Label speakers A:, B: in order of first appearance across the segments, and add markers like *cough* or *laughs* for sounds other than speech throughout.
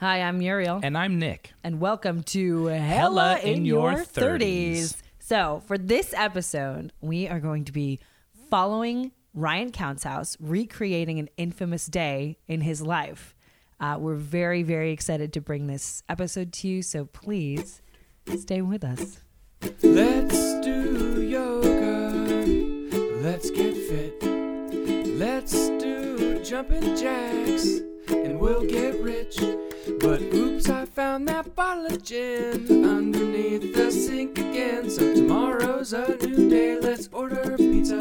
A: Hi, I'm Muriel.
B: *laughs*
C: And I'm Nick.
A: and welcome to Hella,
C: Hella
A: in,
C: in
A: Your,
C: Your
A: 30s.
C: 30s.
A: So, for this episode, we are going to be following Ryan Count's house, recreating an infamous day in his life. Uh, we're very, very excited to bring this episode to you. So, please stay with us.
D: Let's do yoga. Let's get fit. Let's do jumping jacks and we'll get rich. But oops, I found that bottle of gin underneath the sink again. So tomorrow's a new day. Let's order pizza.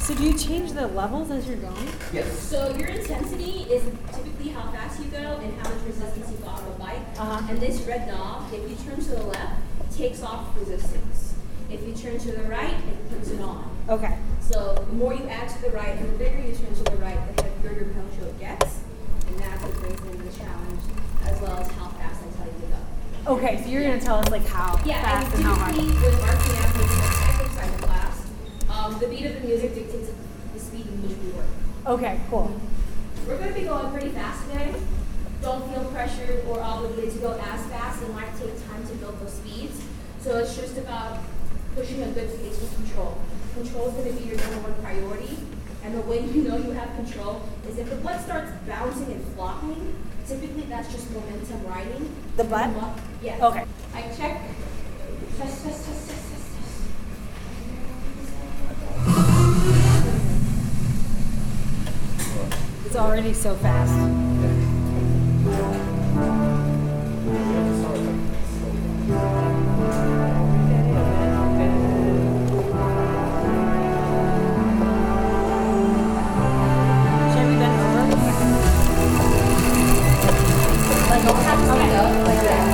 B: So do you change the levels as you're going?
E: So your intensity is typically how fast you go and how much resistance you got on the bike.
B: Uh-huh.
E: And this red knob, if you turn to the left, takes off resistance. If you turn to the right, it puts it on.
B: Okay.
E: So the more you add to the right and the bigger you turn to the right, the heavier your poncho gets. And that's what brings in the challenge as well as how fast I tell you to go.
B: Okay, so you're gonna tell us like how
E: Yeah, and
B: fast and how hard.
E: typically with RPM, which is an exercise class, um, the beat of the music dictates the speed in which we work.
B: Okay, cool.
E: We're going to be going pretty fast today. Don't feel pressured or obligated to go as fast. It might take time to build those speeds. So it's just about pushing a good pace with control. Control is going to be your number one priority. And the way you know you have control is if the butt starts bouncing and flopping, typically that's just momentum riding.
B: The butt?
E: mu- Yes.
B: Okay.
E: I check. Test, test, test, test, test, test.
B: It's already so fast. Should we bend over?
E: Like, don't have to stand up like that.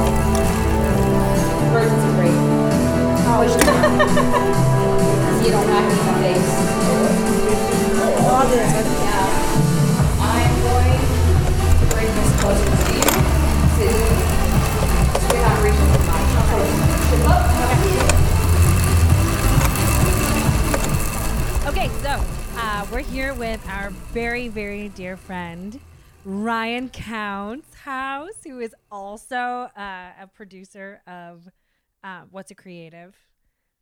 E: Birds are great. Push them. 'Cause *laughs* you don't have any face. Yeah. I'm going to bring this closer to you. So you- so you're not reaching for my Ship up.
A: Okay, so uh, we're here with our very, very dear friend, Ryan Counts House, who is also uh, a producer of uh, What's a Creative,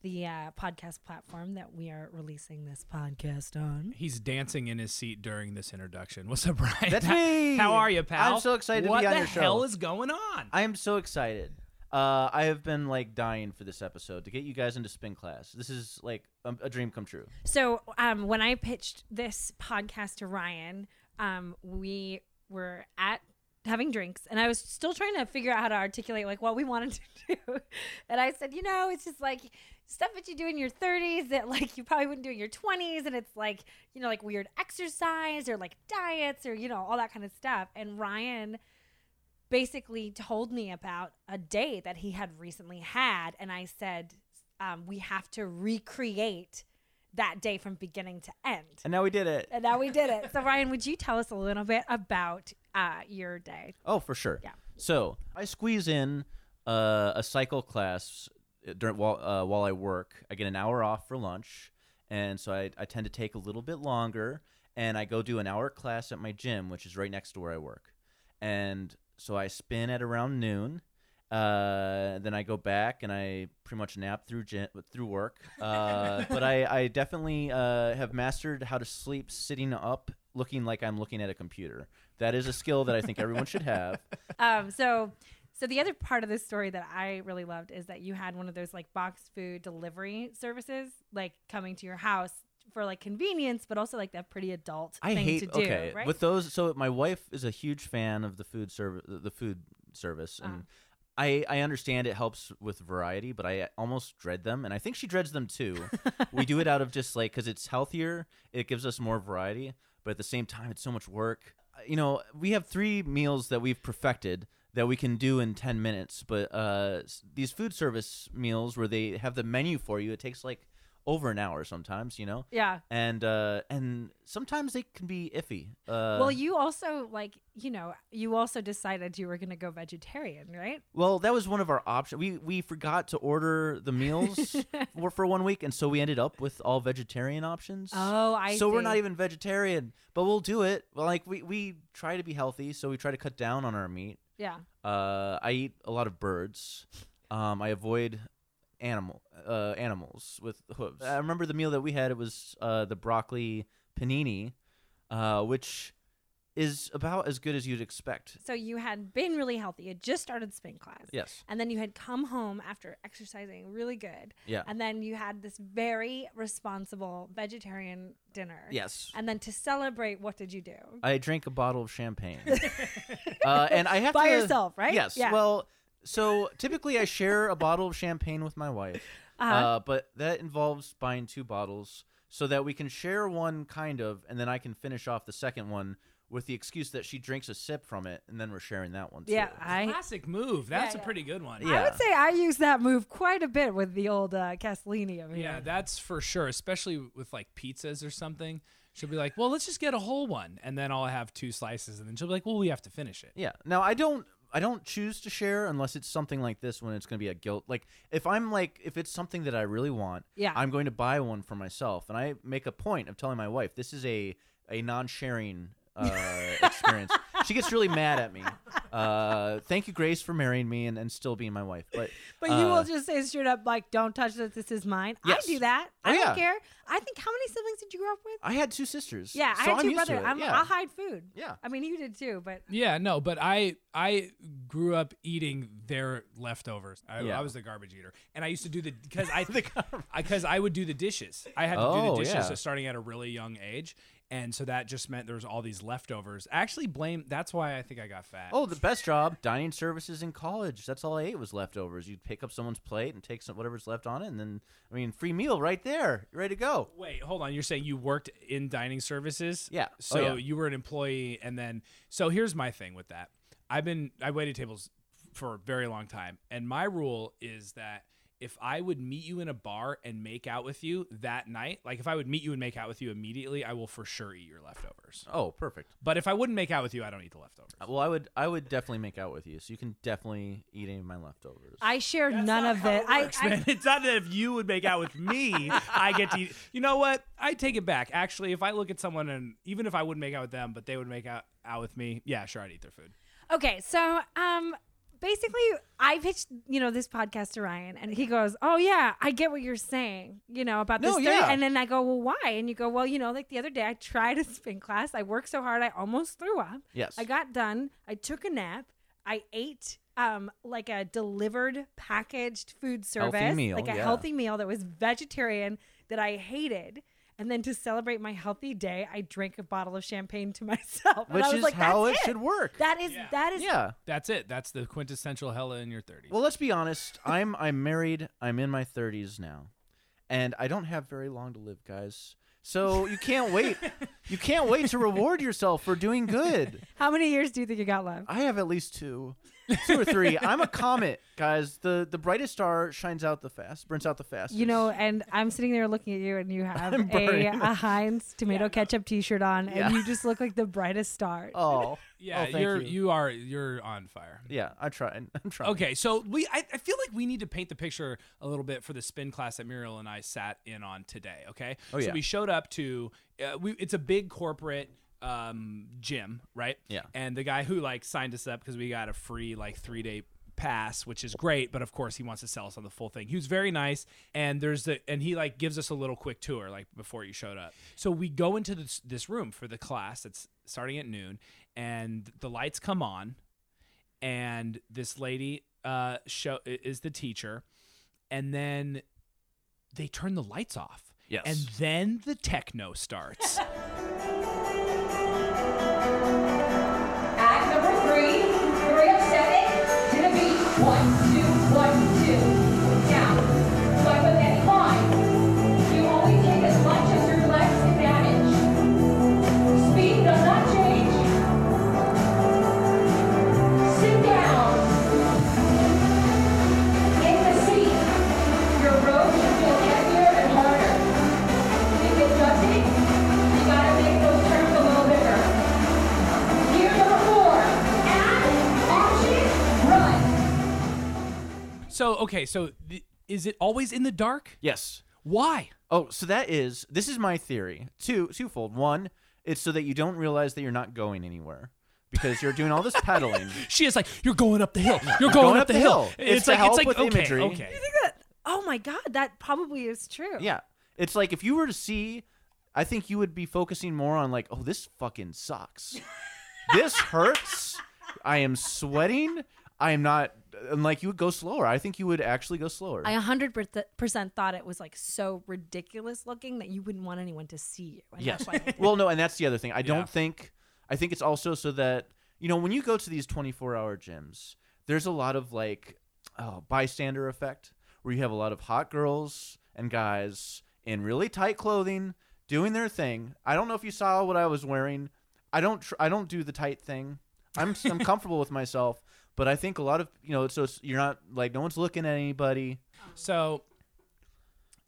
A: the uh, podcast platform that we are releasing this podcast on.
C: He's dancing in his seat during this introduction. What's up, Brian?
F: That's
C: How-
F: me!
C: How are you, pal?
F: I'm so excited to
C: What
F: be on
C: the
F: your show.
C: hell is going on?
F: I am so excited. Uh, I have been like dying for this episode to get you guys into spin class. This is like a, a dream come true.
A: So um, when I pitched this podcast to Ryan, um, we were at having drinks and I was still trying to figure out how to articulate like what we wanted to *laughs* do. and I said, you know, it's just like stuff that you do in your 30s that like you probably wouldn't do in your 20s and it's like, you know, like weird exercise or like diets or you know, all that kind of stuff. And Ryan basically told me about a day that he had recently had and I said um, we have to recreate that day from beginning to end.
F: And now we did it.
A: And now we did it. So, Ryan, would you tell us a little bit about uh, your day?
F: Oh, for sure.
A: Yeah.
F: So I squeeze in uh, a cycle class during while uh, while I work. I get an hour off for lunch, and so I, I tend to take a little bit longer. And I go do an hour class at my gym, which is right next to where I work. And so I spin at around noon. Uh, then I go back and I pretty much nap through gym, through work. Uh, but I, I definitely uh, have mastered how to sleep sitting up, looking like I'm looking at a computer. That is a skill that I think everyone should have.
A: Um, so, so the other part of this story that I really loved is that you had one of those like box food delivery services, like coming to your house for like convenience, but also like that pretty adult
F: I
A: thing
F: hate
A: to do.
F: okay
A: right?
F: with those. So my wife is a huge fan of the food service, the food service,
A: Ah.
F: and I I understand it helps with variety, but I almost dread them, and I think she dreads
A: *laughs*
F: them too. we do it out of just like because it's healthier, it gives us more variety, but at the same time, it's so much work. Uh, You know, we have three meals that we've perfected that we can do in 10 minutes but uh, s- these food service meals where they have the menu for you it takes like over an hour sometimes, you know.
A: Yeah.
F: And uh, and sometimes they can be iffy. Uh,
A: well, you also like you know you also decided you were gonna go vegetarian, right?
F: Well, that was one of our options. We we forgot to order
A: *laughs*
F: the meals for, for one week, and so we ended up with all vegetarian options.
A: Oh, I.
F: so we're not
A: see.
F: even vegetarian, but we'll do it. Well, like we we try to be healthy, so we try to cut down on our meat.
A: Yeah.
F: Uh, I eat a lot of birds. Um, I avoid animal uh, animals with hooves. I remember the meal that we had. It was uh, the broccoli panini, uh, which is about as good as you'd expect.
A: So you had been really healthy. You had just started spin class.
F: Yes.
A: And then you had come home after exercising really good.
F: Yeah.
A: And then you had this very responsible vegetarian dinner.
F: Yes.
A: And then to celebrate, what did you do?
F: I drank a bottle of champagne. uh, and I have
A: By
F: to,
A: yourself, right?
F: Yes.
A: Yeah.
F: Well, so typically I share a bottle of champagne with my wife,
A: *laughs* Uh-huh.
F: uh, but that involves buying two bottles so that we can share one kind of, and then I can finish off the second one with the excuse that she drinks a sip from it, and then we're sharing that one.
A: yeah.
F: Too.
A: I.
C: Classic move. That's
A: yeah.
C: a pretty good one.
A: I
F: Yeah.
A: would say I use that move quite a bit with the old uh, Castellini over
C: Yeah,
A: here.
C: that's for sure. Especially with like pizzas or something. She'll be like, "Well, let's just get a whole one," and then I'll have two slices, and then she'll be like, "Well, we have to finish it."
F: Yeah. Now I don't I don't choose to share unless it's something like this when it's going to be a guilt. Like if I'm like if it's something that I really want,
A: Yeah.
F: I'm going to buy one for myself, and I make a point of telling my wife this is a a non-sharing uh,
A: *laughs*
F: experience. She gets really mad at me. Uh, thank you, Grace, for marrying me and, and still being my wife. But
A: But you
F: uh,
A: will just say straight up, like, don't touch this. This is mine.
F: Yes.
A: I do that. I
F: Oh,
A: don't
F: yeah.
A: care. I think, how many siblings did you grow up with?
F: I had two sisters.
A: Yeah,
F: so
A: I had
F: I'm
A: two
F: used to
A: brothers.
F: it,
A: I'm,
F: yeah.
A: I'll hide food.
F: Yeah.
A: I mean, you did too, but
C: Yeah, no, but I I grew up eating their leftovers. I,
F: Yeah.
C: I was the garbage eater, and I used to do the because
F: *laughs*
C: I because I would do the dishes. I had to do
F: Oh,
C: the dishes
F: yeah.
C: so starting at a really young age, and so that just meant there was all these leftovers. I actually blame that's why I think I got fat.
F: Oh, the best job, dining services in college. That's all I ate was leftovers. You'd pick up someone's plate and take some whatever's left on it, and then I mean, free meal right there. You're ready to go.
C: Wait, hold on. You're saying you worked in dining services?
F: Yeah. Oh,
C: So
F: yeah.
C: you were an employee, and then so here's my thing with that. I've been I waited tables for a very long time, and my rule is that if I would meet you in a bar and make out with you that night, like if I would meet you and make out with you immediately, I will for sure eat your leftovers.
F: Oh, perfect.
C: But if I wouldn't make out with you, I don't eat the leftovers.
F: Uh, Well, I would, I would definitely make out with you, so you can definitely eat any of my leftovers.
A: I shared none of it. I,
C: works, man.
A: I
C: It's not that if you would make out with me, I get to. Eat. You know what? I take it back. Actually, if I look at someone and even if I wouldn't make out with them, but they would make out out with me, yeah, sure, I'd eat their food.
A: okay. So, um, basically, I pitched you know this podcast to Ryan, and he goes, "Oh yeah, I get what you're saying, you know about this."
F: No,
A: thirty-"
F: yeah.
A: And then I go, "Well, why?" And you go, "Well, you know, like the other day, I tried a *laughs* spin class. I worked so hard, I almost threw up.
F: Yes.
A: I got done. I took a nap. I ate." Um, like a delivered packaged food service,
F: Healthy meal,
A: like a
F: yeah.
A: healthy meal that was vegetarian that I hated. And then to celebrate my healthy day, I drank a bottle of champagne to *laughs* myself. and
F: which
A: I was
F: is
A: like,
F: how it
A: "That's
F: should work.
A: That is
C: Yeah.
A: that is
F: yeah.
C: That's it. That's the quintessential hella in your thirties.
F: Well, let's be honest. I'm, I'm married. I'm in my 30s now, and I don't have very long to live, guys. So you
A: *laughs*
F: can't wait. you can't wait to reward yourself for doing good.
A: How many years do you think you got left?
F: I have at least two, two
A: *laughs*
F: or three. I'm a comet, guys. The the brightest star shines out the fast, burns out the fastest.
A: You
F: *laughs*
A: know, and I'm sitting there looking at you, and you have
F: I'm
A: a,
F: burning.
A: a
F: *laughs*
A: Heinz tomato ketchup T-shirt on,
F: Yeah.
A: and you just look like the brightest star.
F: Oh,
C: yeah,
F: oh, thank
C: you're
F: you.
C: you are you're on fire.
F: Yeah, I try. I'm trying. *laughs*
C: Okay, so we I, I feel like we need to paint the picture a little bit for the spin class that Muriel and I sat in on today. Okay,
F: Oh,
C: so
F: yeah.
C: we showed up to uh, we it's a big corporate um gym, right?
F: Yeah.
C: and the guy who like signed us up because we got a free like three day pass which is great but of course he wants to sell us on the full thing he was very nice and there's the and he like gives us a little quick tour like before you showed up so we go into this this room for the class that's starting at noon and the lights come on and this lady uh show i- is the teacher and then they turn the lights off
F: Yes.
C: and then the techno starts *laughs*
E: Act number three, three of seven, to the beat. One, two, one, two. Down. Swipe up that climb. You only take as much as your legs can manage. Speed does not change. Sit down. In the seat. Your road should feel heavier and harder.
C: So okay, so th- is it always in the dark?
F: Yes.
C: Why?
F: Oh, so that is this is my theory. Two twofold. One, it's so that you don't realize that you're not going anywhere because you're doing
C: *laughs*
F: all this pedaling.
C: She is like, you're going up the hill. You're going, up, the hill.
F: It's to
C: like
F: help
C: it's like
F: with
C: okay,
F: imagery.
C: okay.
A: *laughs* Oh my god, that probably is true.
F: Yeah. It's like if you were to see, I think you would be focusing more on like, oh, this fucking sucks. this hurts. I am sweating. I am not. And like you would go slower. I think you would actually go slower.
A: I 100% thought it was like so ridiculous looking that you wouldn't want anyone to see you. And
F: Yes.
A: that's why I did it.
F: *laughs* well, no, and that's the other thing. I
C: Yeah.
F: don't think. I think it's also so that you know when you go to these twenty-four hour gyms, there's a lot of like oh, bystander effect where you have a lot of hot girls and guys in really tight clothing doing their thing. I don't know if you saw what I was wearing. I don't. Tr- I don't do the tight thing. I'm I'm comfortable with myself. But I think a lot of you know, so it's- you're not like no one's looking at anybody.
C: So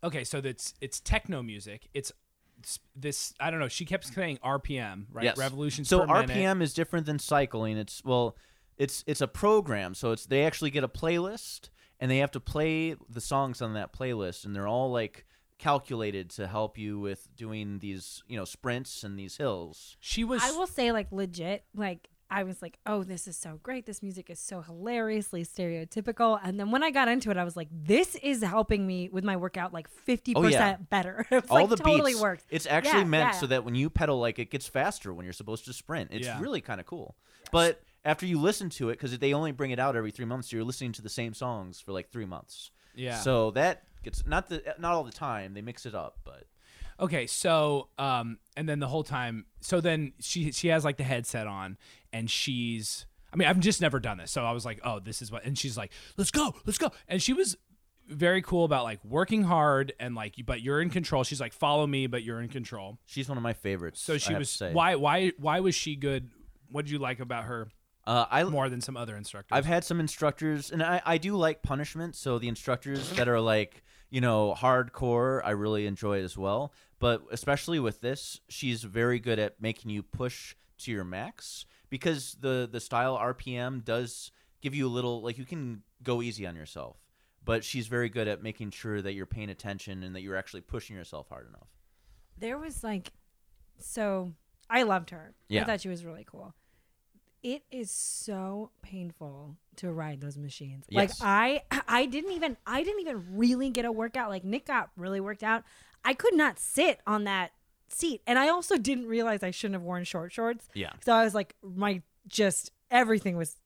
C: okay, so that's it's techno music. It's it's this I don't know. She kept saying RPM, right?
F: Yes.
C: Revolutions
F: So
C: per
F: RPM
C: minute.
F: is different than cycling. It's well, it's it's a program. So it's they actually get a playlist and they have to play the songs on that playlist, and they're all like calculated to help you with doing these you know sprints and these hills.
C: She was
A: I will say, like, legit, like, I was like, oh, this is so great. This music is so hilariously stereotypical. And then when I got into it, I was like, this is helping me with my workout like 50% better. *laughs* It's
F: Oh, all
A: like
F: the
A: Oh, totally
F: beats.
A: works.
F: It's actually
A: Yeah,
F: meant
A: yeah.
F: so that when you pedal, like it gets faster when you're supposed to sprint. It's
C: Yeah.
F: really kind of cool. But after you listen to it, because they only bring it out every three months, so you're listening to the same songs for like three months.
C: Yeah.
F: So that gets not the not all the time. They mix it up, but
C: Okay, so um, and then the whole time, so then she she has like the headset on, and she's. I mean, I've just never done this, so I was like, oh, this is what. And she's like, let's go, let's go, and she was very cool about like working hard and like, but you're in control. She's like, follow me, but you're in control.
F: She's one of my favorites.
C: So she
F: I have
C: was
F: to say.
C: why why why was she good? What did you like about her
F: Uh, I
C: more than some other instructors?
F: I've had some instructors, and I I do like punishment. So the instructors that are like you know hardcore, I really enjoy as well. But especially with this, she's very good at making you push to your max because the the style RPM does give you a little like you can go easy on yourself. But she's very good at making sure that you're paying attention and that you're actually pushing yourself hard enough.
A: there was like so i loved her i
F: Yeah.
A: thought she was really cool it is so painful to ride those machines
F: Yes.
A: like i i didn't even i didn't even really get a workout like nick got really worked out i could not sit on that seat and i also didn't realize i shouldn't have worn short shorts
F: Yeah.
A: so i was like my just everything was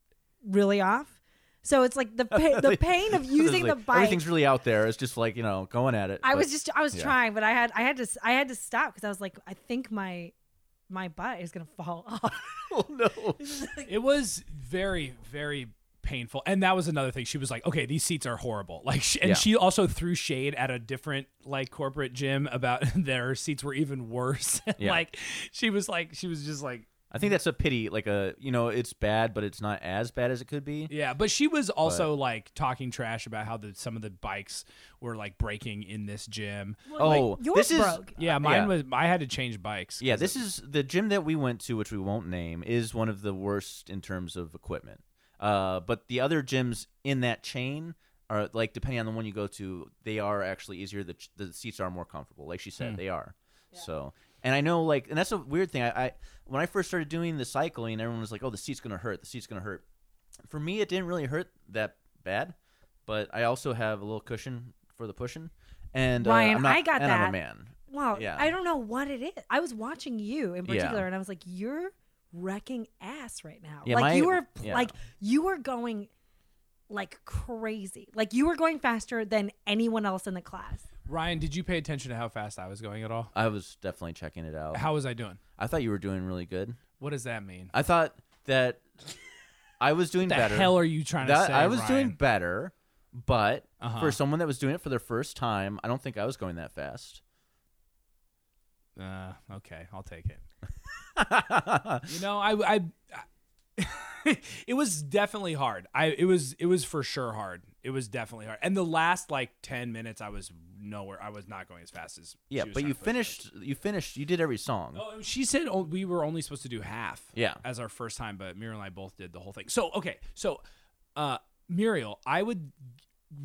A: really off so it's like the pa-
F: *laughs*
A: the pain of using the
F: Like,
A: bike
F: Everything's really out there. It's just like you know going at it.
A: I
F: but-
A: was just I was
F: yeah.
A: trying, but I had I had to s- I had to stop because I was like I think my my butt is gonna fall *laughs* off.
F: *laughs* oh no.
C: It was very, very painful. And that was another thing. She was like, okay, these seats are horrible. Like, sh- and
F: Yeah.
C: she also threw shade at a different, like, corporate gym about *laughs* their seats were even worse. *laughs*
F: Yeah.
C: like, she was like, she was just like,
F: I think that's a pity. Like a, you know, it's bad, but it's not as bad as it could be.
C: yeah. But she was also, like, talking trash about how the, some of the bikes were, like, breaking in this gym.
F: oh,
A: yours
F: this is
A: broke.
C: Yeah. Mine
F: Uh, yeah.
C: was, I had to change bikes.
F: yeah.
C: 'cause
F: This
C: it-
F: is the gym that we went to, which we won't name, is one of the worst in terms of equipment. Uh, but the other gyms in that chain are like, depending on the one you go to, they are actually easier. The the seats are more comfortable. Like she said, they are. So. And I know, like, and that's a weird thing. I, I when I first started doing the cycling, everyone was like, "Oh, the seat's gonna hurt. The seat's gonna hurt." for me it didn't really hurt that bad but i also have a little cushion for the pushing and uh,
A: Ryan,
F: I'm not-
A: I got
F: and i'm
A: that.
F: a man
A: Wow,
F: Yeah.
A: I don't know what it is. I was watching you in
F: Yeah.
A: particular, and I was like, you're wrecking ass right now.
F: Yeah,
A: like
F: my-
A: you were
F: yeah.
A: like you were going like crazy. Like you were going faster than anyone else in the class.
C: Ryan, did you pay attention to how fast I was going at all?
F: i was definitely checking it out
C: How was I doing?
F: i thought you were doing really good
C: What does that mean?
F: i thought that i was doing
C: What *laughs* the
F: better
C: hell are you trying to
F: That-
C: say?
F: i was
C: Ryan?
F: doing better but
C: Uh-huh.
F: for someone that was doing it for their first time i don't think i was going that fast
C: Uh, okay, I'll take
F: *laughs*
C: it. you know, I, I, *laughs* it was definitely hard. I, it was, it was for sure hard. It was definitely hard. And the last like ten minutes, I was nowhere. I was not going as fast as.
F: yeah
C: she was
F: but
C: trying
F: you
C: to push me.
F: finished you finished you did every song
C: Oh, she said oh, we were only supposed to do half.
F: Yeah.
C: As our first time, but Muriel and I both did the whole thing. So okay, so uh, Muriel, I would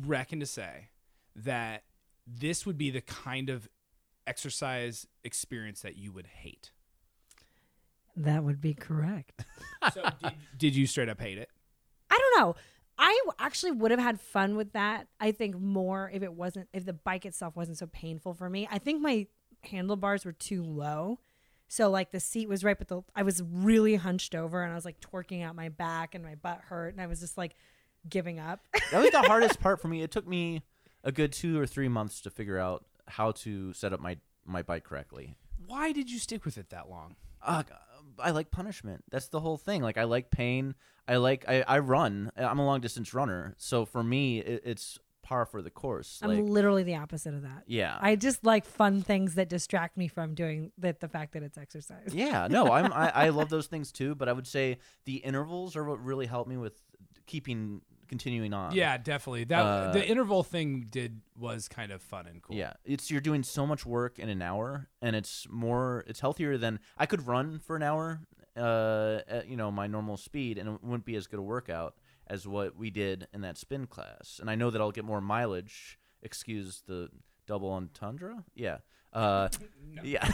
C: reckon to say that this would be the kind of exercise experience that you would hate.
A: That would be correct.
C: So did, did you straight up hate it?
A: I don't know. I w- actually would have had fun with that. I think more if it wasn't if the bike itself wasn't so painful for me. I think my handlebars were too low. So like the seat was right but the I was really hunched over and I was like twerking out my back and my butt hurt and I was just like giving up. *laughs*
F: That
C: *laughs*
F: was the hardest part for me. It took me a good two or three months to figure out how to set up my my bike correctly.
C: Why did you stick with it that long?
F: Uh, I like punishment. That's the whole thing. Like I like pain. I like I, I run. I'm a long distance runner, so for me it, it's par for the course.
A: I'm
F: Like
A: literally the opposite of that.
F: yeah,
A: I just like fun things that distract me from doing that the fact that it's exercise.
F: yeah. No, I'm I, I love those things too. But I would say the intervals are what really helped me with keeping continuing on.
C: Yeah, definitely. That
F: Uh,
C: the interval thing did was kind of fun and cool.
F: Yeah, it's you're doing so much work in an hour, and it's more, it's healthier than I could run for an hour, uh, at, you know, my normal speed, and it wouldn't be as good a workout as what we did in that spin class. And I know that I'll get more mileage. Excuse the double entendre. Yeah. Uh, Yeah,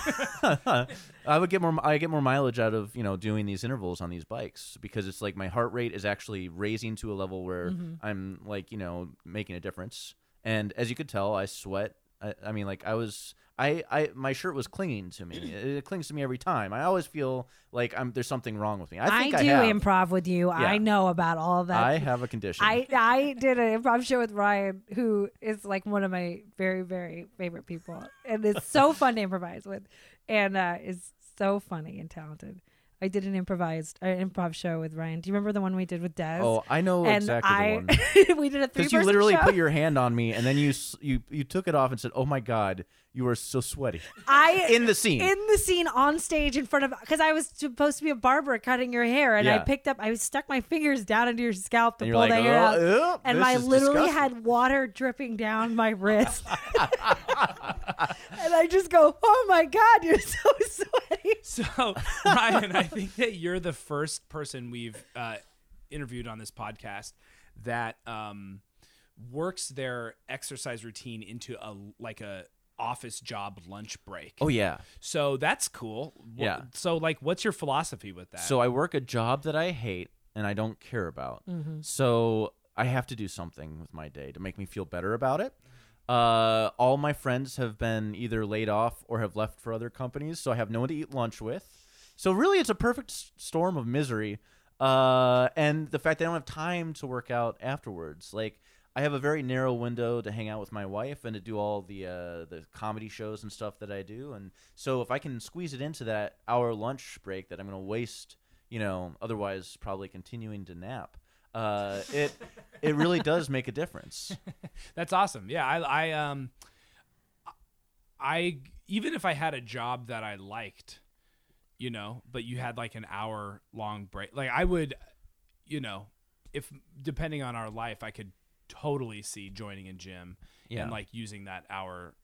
F: I would get more. I get more mileage out of you know doing these intervals on these bikes because it's like my heart rate is actually raising to a level where
A: Mm-hmm.
F: I'm like you know making a difference. And as you could tell, I sweat. I, I mean, like I was. I, I my shirt was clinging to
A: *clears throat*
F: me. It, it clings to me every time. I always feel like I'm there's something wrong with me. I
A: I,
F: think I,
A: do
F: have.
A: improv with you. I
F: Yeah.
A: know about all that.
F: I have a condition.
A: I I did an improv show with Ryan, who is like one of my very very favorite people, and it's so
F: *laughs*
A: fun to improvise with, and uh, is so funny and talented. I did an improvised uh, improv show with Ryan. Do you remember the one we did with Des?
F: oh, I know
A: and
F: exactly
A: I *laughs*
F: the one.
A: we did a three
F: Because you
A: person
F: literally
A: show.
F: put your hand on me, and then you s- you you took it off and said, "Oh my God, you are so sweaty."
A: I
F: in the scene.
A: in the scene on stage in front of because I was supposed to be a barber cutting your hair, and I
F: Yeah.
A: picked up I stuck my fingers down into your scalp to
F: And you're
A: pull
F: like,
A: the hair out,
F: "Oh, oh,
A: and
F: this
A: I
F: is
A: literally
F: disgusting."
A: had water dripping down my
F: *laughs*
A: wrist. and I just go, oh my god, you're so sweaty.
C: So, *laughs* Ryan, I think that you're the first person we've uh, interviewed on this podcast that um, works their exercise routine into a like a office job lunch break.
F: oh yeah.
C: So that's cool. Wh-
F: Yeah.
C: So like, what's your philosophy with that?
F: So I work a job that I hate and I don't care about. So I have to do something with my day to make me feel better about it. Uh, all my friends have been either laid off or have left for other companies, so I have no one to eat lunch with. So really, it's a perfect s- storm of misery. Uh, and the fact that I don't have time to work out afterwards, like. I have a very narrow window to hang out with my wife and to do all the uh, the comedy shows and stuff that I do. And so if I can squeeze it into that hour lunch break that I'm going to waste, you know, otherwise probably continuing to nap, uh, it it really does make a difference.
C: That's awesome. Yeah, I, I um, I even if I had a job that I liked, you know, but you had like an hour long break, like I would, you know, if depending on our life, I could totally see joining a gym
F: Yeah.
C: and like using that hour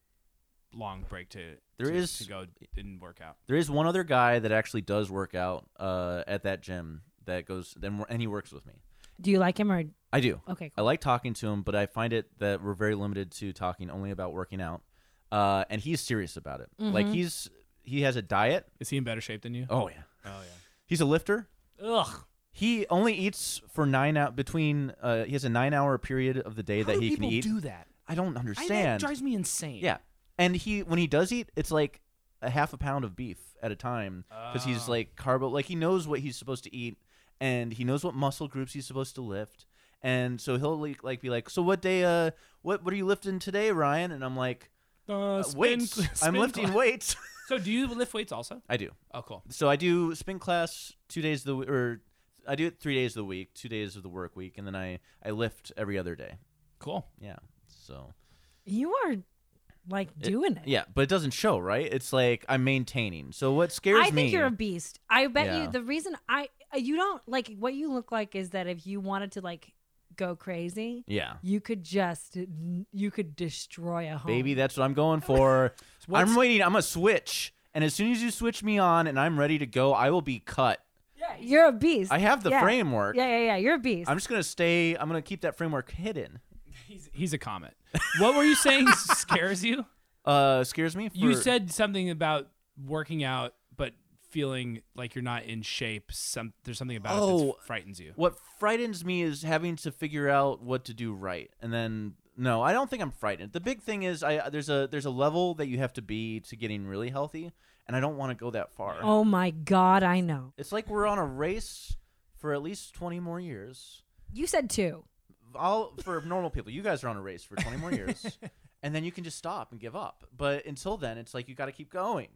C: long break to
F: There
C: to,
F: is-
C: to go and work out.
F: There is one other guy that actually does work out uh, at that gym that goes then and he works with me.
A: Do you like him or
F: I do.
A: okay?
F: I like talking to him, but I find it that we're very limited to talking only about working out. Uh, and he's serious about it. Like
C: Mm-hmm.
F: he's he has a diet.
C: Is he in better shape than you?
F: Oh yeah.
C: Oh
F: He's a lifter.
C: yeah. Ugh.
F: He only eats for nine out between. Uh, he has a nine-hour period of the day
C: How
F: that
C: do
F: he can
C: people
F: eat.
C: do that?
F: I don't
C: I, that
F: understand.
C: drives me insane.
F: yeah, and he when he does eat, it's like a half a pound of beef at a time because he's
C: Ah.
F: like carbo. Like he knows what he's supposed to eat, and he knows what muscle groups he's supposed to lift. And so he'll like, like be like, so what day? Uh, what what are you lifting today, Ryan? And I'm like,
C: Uh,
F: "Uh,
C: spin- *laughs*
F: weights.
C: spin
F: I'm lifting
C: class. *laughs*
F: weights.
C: So do you lift weights also?
F: I do.
C: Oh, cool.
F: so I do spin class two days of the w- or I do it three days of the week, two days of the work week, and then I I lift every other day.
C: Cool.
F: Yeah. So
A: You are like doing it.
F: yeah, but it doesn't show, right? It's like I'm maintaining. So what scares
A: I think
F: me?
A: you're a beast. I bet
F: Yeah.
A: you the reason I you don't like what you look like is that if you wanted to like go crazy,
F: yeah.
A: you could just you could destroy a home.
F: Baby, that's what I'm
A: *laughs*
F: going for. I'm waiting. I'm a switch, and as soon as you switch me on, and I'm ready to go, I will be cut.
A: You're a beast.
F: I have the
A: Yeah.
F: framework.
A: Yeah, yeah, yeah. You're a beast.
F: I'm just gonna stay. I'm gonna keep that framework hidden.
C: He's he's a comet. What were you saying scares
F: *laughs*
C: you?
F: Uh, scares me. For,
C: You said something about working out, but feeling like you're not in shape. Some there's something about it
F: Oh.
C: that frightens you.
F: what frightens me is having to figure out what to do right, and then no, I don't think I'm frightened. The big thing is I there's a there's a level that you have to be to getting really healthy, and I don't want to go that far.
A: Oh my God, I know.
F: It's like we're on a race for at least 20 more years.
A: You said two.
F: All for normal people, you guys are on a race for 20 *laughs* more years, and then you can just stop and give up. But until then, it's like you got to keep going.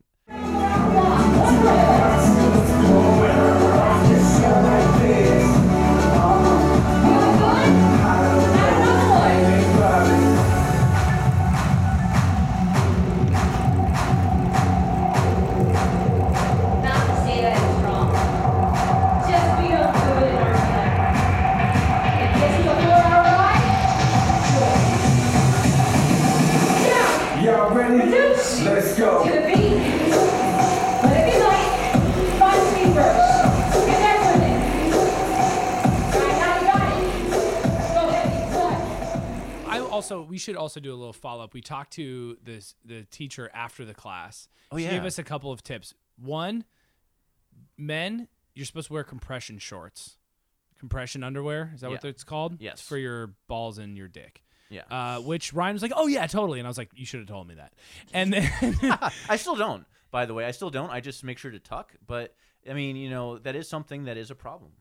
E: Not to say that it's wrong. Just we don't do it in our time. If this is a four-hour ride, do it. Down
G: Y'all ready? Let's
E: to
G: go.
E: the beat. Let it be light. Find speed first. Get there with it. Right now you got it. Go ahead. Good.
C: I also we should also do a little follow up. We talked to this the teacher after the class. Oh she
F: yeah.
C: gave us a couple of tips. One, men, you're supposed to wear compression shorts, compression underwear. Is that what
F: Yeah.
C: it's called?
F: Yes.
C: It's for your balls and your dick.
F: Yeah.
C: Uh, which Ryan was like, "Oh yeah, totally," and I was like, "You should have told me that." And then
F: I still don't, by the way. I still don't. I just make sure to tuck. But I mean, you know, that is something that is a problem.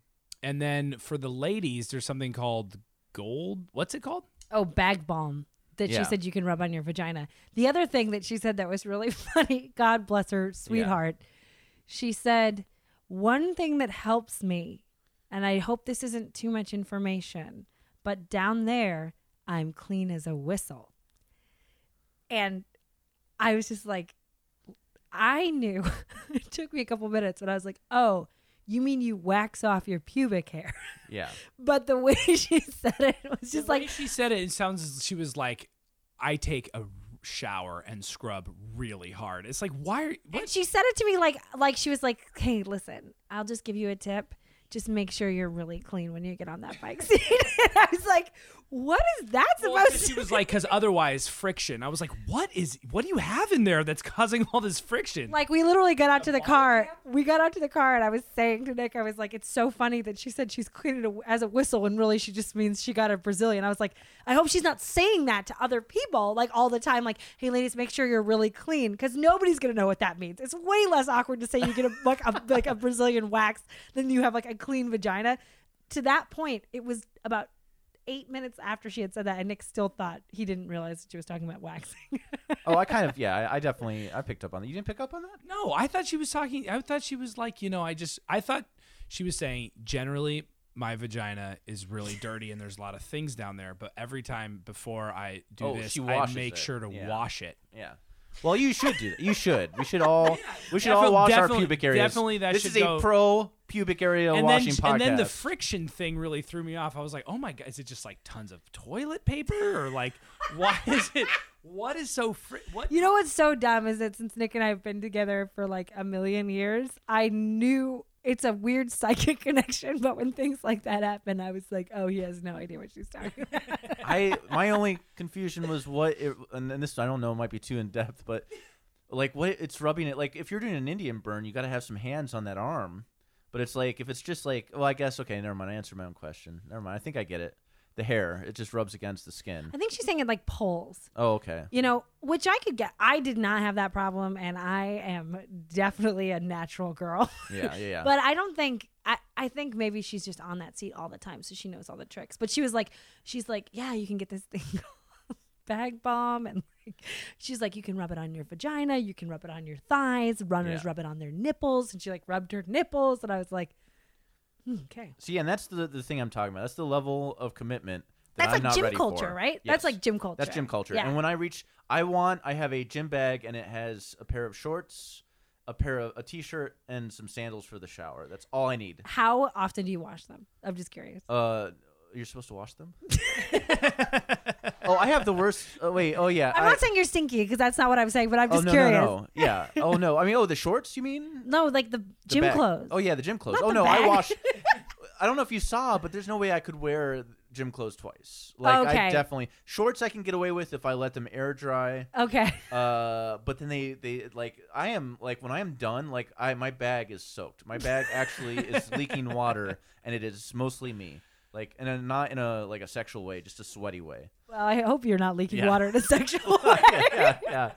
C: and then for the ladies, there's something called gold. What's it called?
A: Oh, bag balm that
F: Yeah.
A: she said you can rub on your vagina. The other thing that she said that was really *laughs* funny, God bless her sweetheart, she said, One thing that helps me, and I hope this isn't too much information, but down there, I'm clean as a whistle. And I was just like, I knew. *laughs* it took me a couple minutes, but I was like, Oh, you mean you wax off your pubic hair? *laughs*
C: *laughs*
F: Yeah.
A: But the way *laughs* she said it was just
C: The way
A: like
C: she said it. It sounds as she was like, "I take a shower and scrub really hard." It's like, why? Are,
A: And
C: what?
A: she said it to me like like she was like, "Hey, listen, I'll just give you a tip. Just make sure you're really clean when you get on that bike *laughs* seat." and I was like, "What is that
C: Well,
A: supposed
C: it's
A: to?"
C: just she was like, "Cause otherwise, friction." I was like, "What is? What do you have in there that's causing all this friction?"
A: like we literally got out to the car. We got out to the car, and I was saying to Nick, I was like, "It's so funny that she said she's clean it as a whistle, and really she just means she got a Brazilian." I was like, "I hope she's not saying that to other people like all the time. Like, hey, ladies, make sure you're really clean, because nobody's gonna know what that means. It's way less awkward to say you get a like a, *laughs* like a Brazilian wax than you have like a clean vagina." To that point, it was about. Eight minutes after she had said that, and Nick still thought he didn't realize that she was talking about waxing.
F: Oh, I kind of, yeah, I, I definitely, I picked up on that. You didn't pick up on that?
C: no, I thought she was talking. I thought she was like, you know, I just, I thought she was saying generally. My vagina is really dirty, and there's a lot of things down there. But every time before I do
F: Oh,
C: this,
F: she
C: I
F: washes
C: make
F: it.
C: sure to
F: Yeah.
C: wash it.
F: Yeah. Well, you should do that. You should. We should all, we should
C: Defi-
F: all wash our
C: definitely-
F: pubic areas.
C: definitely that
F: this
C: should
F: is
C: go-
F: a pro pubic area
C: and
F: washing
C: then,
F: podcast.
C: And then the friction thing really threw me off. I was like, oh my god, is it just like tons of toilet paper or like *laughs* why is it? What is so fr- what?
A: You know what's so dumb is that since Nick and I have been together for like a million years, I knew it's a weird *laughs* psychic connection, but when things like that happen, I was like, oh, he has no idea what she's *laughs* talking about.
F: I my only confusion was what it, and, and this I don't know might be too in depth, but like what it's rubbing it like if you're doing an Indian burn, you got to have some hands on that arm. But it's like if it's just like well, I guess okay, never mind. I answered my own question. Never mind. I think I get it. The hair it just rubs against the skin.
A: I think she's saying it like poles,
F: Oh okay.
A: you know, which I could get. I did not have that problem, and I am definitely a natural girl. *laughs*
F: Yeah yeah yeah.
A: But I don't think I, I think maybe she's just on that seat all the time, so she knows all the tricks. But she was like, she's like, yeah, you can get this thing *laughs* called bag bomb, and like, she's like, you can rub it on your vagina, you can rub it on your thighs. Runners
F: Yeah.
A: rub it on their nipples, and she like rubbed her nipples, and I was like, hmm, okay,
F: See, and that's the the thing I'm talking about. That's the level of commitment. That
A: that's
F: I'm
A: like
F: not
A: gym
F: ready
A: culture,
F: for.
A: right?
F: Yes.
A: That's like gym culture.
F: That's gym culture.
A: Yeah.
F: And when I reach, I want, I have a gym bag and it has a pair of shorts, a pair of a t-shirt, and some sandals for the shower. That's all I need.
A: How often do you wash them? I'm just curious.
F: Uh, you're supposed to wash
A: *laughs*
F: them. oh, I have the worst. Oh wait. Oh yeah.
A: I'm
F: I-
A: not saying you're stinky because that's not what I'm saying, but I'm
F: Oh
A: just
F: no, no
A: curious.
F: no yeah. Oh no. I mean oh the shorts you mean?
A: No, like the
F: The
A: gym
F: bag.
A: clothes.
F: Oh yeah, the gym clothes.
A: Not *laughs*
F: oh
A: the
F: no, I
A: bag.
F: wash. I don't know if you saw, but there's no way I could wear gym clothes twice. Like I
H: Okay.
F: definitely shorts I can get away with if I let them air dry.
H: Okay.
F: Uh, but then they they like I am like when I am done, like I my bag is soaked. My bag actually
A: *laughs*
F: is leaking water, and it is mostly me. Like and I'm not in a like a sexual way, just a sweaty way.
H: Well, I hope you're not leaking
F: Yeah.
H: water in a
F: *laughs*
H: sexual way.
F: yeah, yeah, yeah.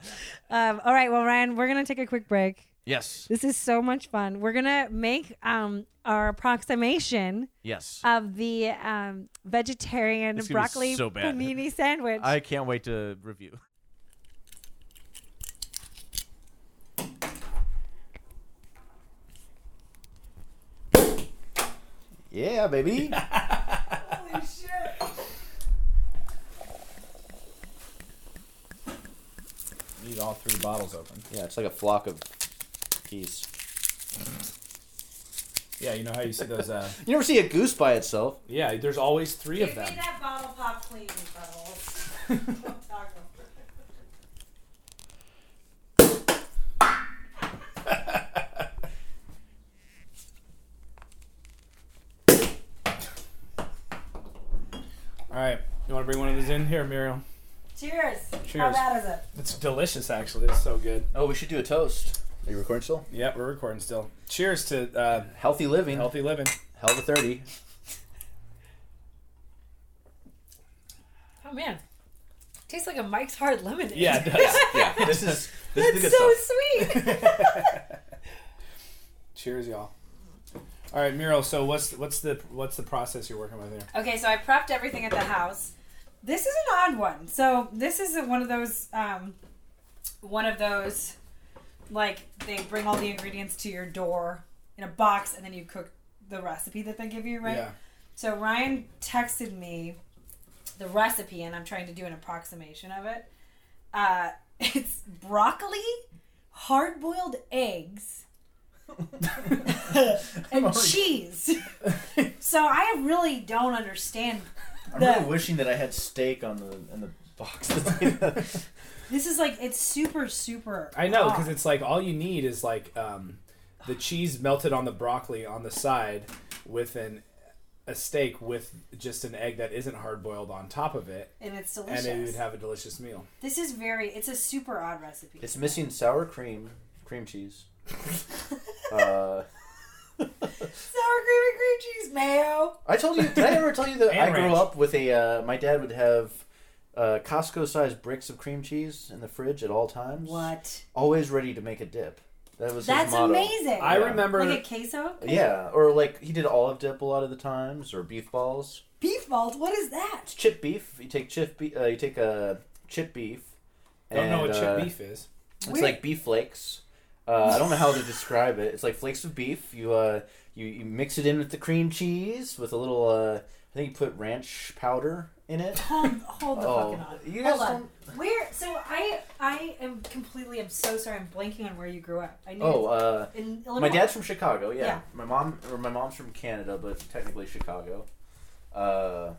H: Um, all right. Well, Ryan, we're going to take a quick break.
F: Yes,
H: This is so much fun. We're going to make um, our approximation
F: yes.
A: Uh,
H: of the um, vegetarian
F: It's gonna be
H: broccoli
F: so bad.
H: panini sandwich.
F: I can't wait to review. *laughs* Yeah, *laughs* baby.
C: Need all three bottles open.
F: Yeah, it's like a flock of geese.
C: Yeah, you know how you see those. Uh,
F: You never see a goose by itself.
C: yeah, there's always three of them.
A: that bottle pop, please, Bubbles.
F: *laughs*
C: All right, you want to bring one of these in here, Muriel?
A: Cheers. How
C: Cheers.
A: bad is it?
C: It's delicious, actually. It's so good.
F: Oh, we should do a toast.
C: Are you recording still? Yeah, we're recording still. Cheers to uh,
F: Healthy living.
C: healthy living. *laughs*
F: Hell to 30.
H: oh, man. Tastes like a Mike's Hard Lemonade.
C: Yeah, it does.
F: yeah, this is this is the
H: That's
F: good
H: so
F: stuff.
H: sweet.
C: Cheers, y'all. All right, Muriel. So what's what's the what's the process you're working with here?
A: Okay, so I prepped everything at the house. This is an odd one. So this is one of those, um, one of those, like they bring all the ingredients to your door in a box, and then you cook the recipe that they give you, right?
C: Yeah.
A: So Ryan texted me the recipe, and I'm trying to do an approximation of it. Uh, *laughs* it's broccoli, hard-boiled eggs, *laughs* and cheese. so I really don't understand.
F: I'm
A: The-
F: really wishing that I had steak on the in the *laughs* box.
A: This is like it's super, super.
C: I know
A: odd.
C: because it's like all you need is like um, the cheese melted on the broccoli on the side with an a steak with just an egg that isn't hard boiled on top of it,
A: and it's
C: and
A: delicious.
C: then you'd have a delicious meal.
A: this is very. It's a super odd recipe.
F: it's missing sour cream, cream cheese. Uh,
A: Sour cream and cream cheese, mayo.
F: I told you. Did I ever tell you that
C: *laughs*
F: I
C: And
F: grew
C: ranch.
F: up with a? Uh, my dad would have uh, Costco-sized bricks of cream cheese in the fridge at all times.
A: What?
F: Always ready to make a dip. That was
A: That's
F: his motto.
A: amazing.
C: I
F: Yeah.
C: remember
A: like a queso.
F: Yeah, or like he did olive dip a lot of the times, or beef balls.
A: Beef balls. What is that?
F: It's chip beef. You take chip beef. Uh, you take uh, chip beef.
C: don't know what chip
F: uh,
C: beef is.
F: It's like beef flakes. Uh, I don't know how to describe it. It's like flakes of beef. You uh, you, you mix it in with the cream cheese with a little. Uh, I think you put ranch powder in it.
A: *laughs* Hold, hold the
F: Oh,
A: fucking on.
F: you guys
A: hold on. Where? So I, I am completely. I'm so sorry. I'm blanking on where you grew up. I knew
F: Oh, uh,
A: in Illinois.
F: my dad's from Chicago. Yeah.
A: Yeah.
F: my mom or my mom's from Canada, but technically Chicago. Uh,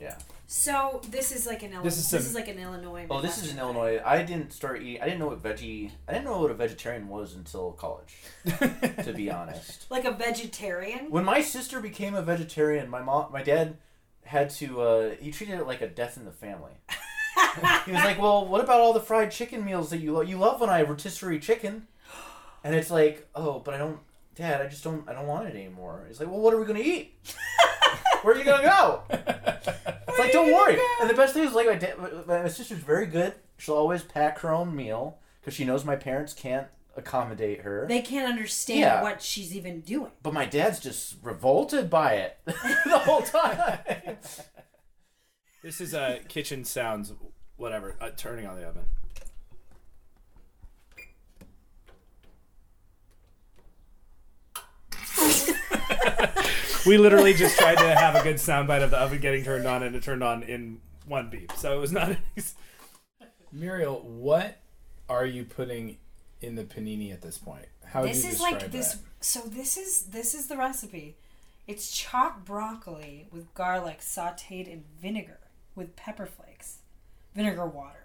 F: yeah.
A: So this is like an Illinois. This
C: is
A: is,
C: some-
A: like an Illinois.
F: Oh, this is
A: Midwestern
F: in
A: thing.
F: Illinois. I didn't start eating. I didn't know what veggie. I didn't know what a vegetarian was until college.
A: *laughs*
F: to be honest,
A: Like a vegetarian.
F: when my sister became a vegetarian, my mom, my dad had to. Uh, he treated it like a death in the family. he was like, "Well, what about all the fried chicken meals that you lo- you love when I have rotisserie chicken?" And it's like, "Oh, but I don't, Dad. I just don't. I don't want it anymore." He's like, "Well, what are we gonna eat? Where are you gonna go?" It's like, don't worry. And the best thing is, like, my, da- my my sister's very good. She'll always pack her own meal because she knows my parents can't accommodate her.
A: They can't understand
F: Yeah.
A: what she's even doing.
F: but my dad's just revolted by it *laughs* the whole time.
C: This is uh, kitchen sounds, whatever. Uh, turning on the oven. we literally just tried to have a good soundbite of the oven getting turned on, and it turned on in one beep. So it was not. Muriel, what are you putting in the panini at this point? How
A: this is like this so this is this is the recipe it's chopped broccoli with garlic sauteed in vinegar with pepper flakes vinegar water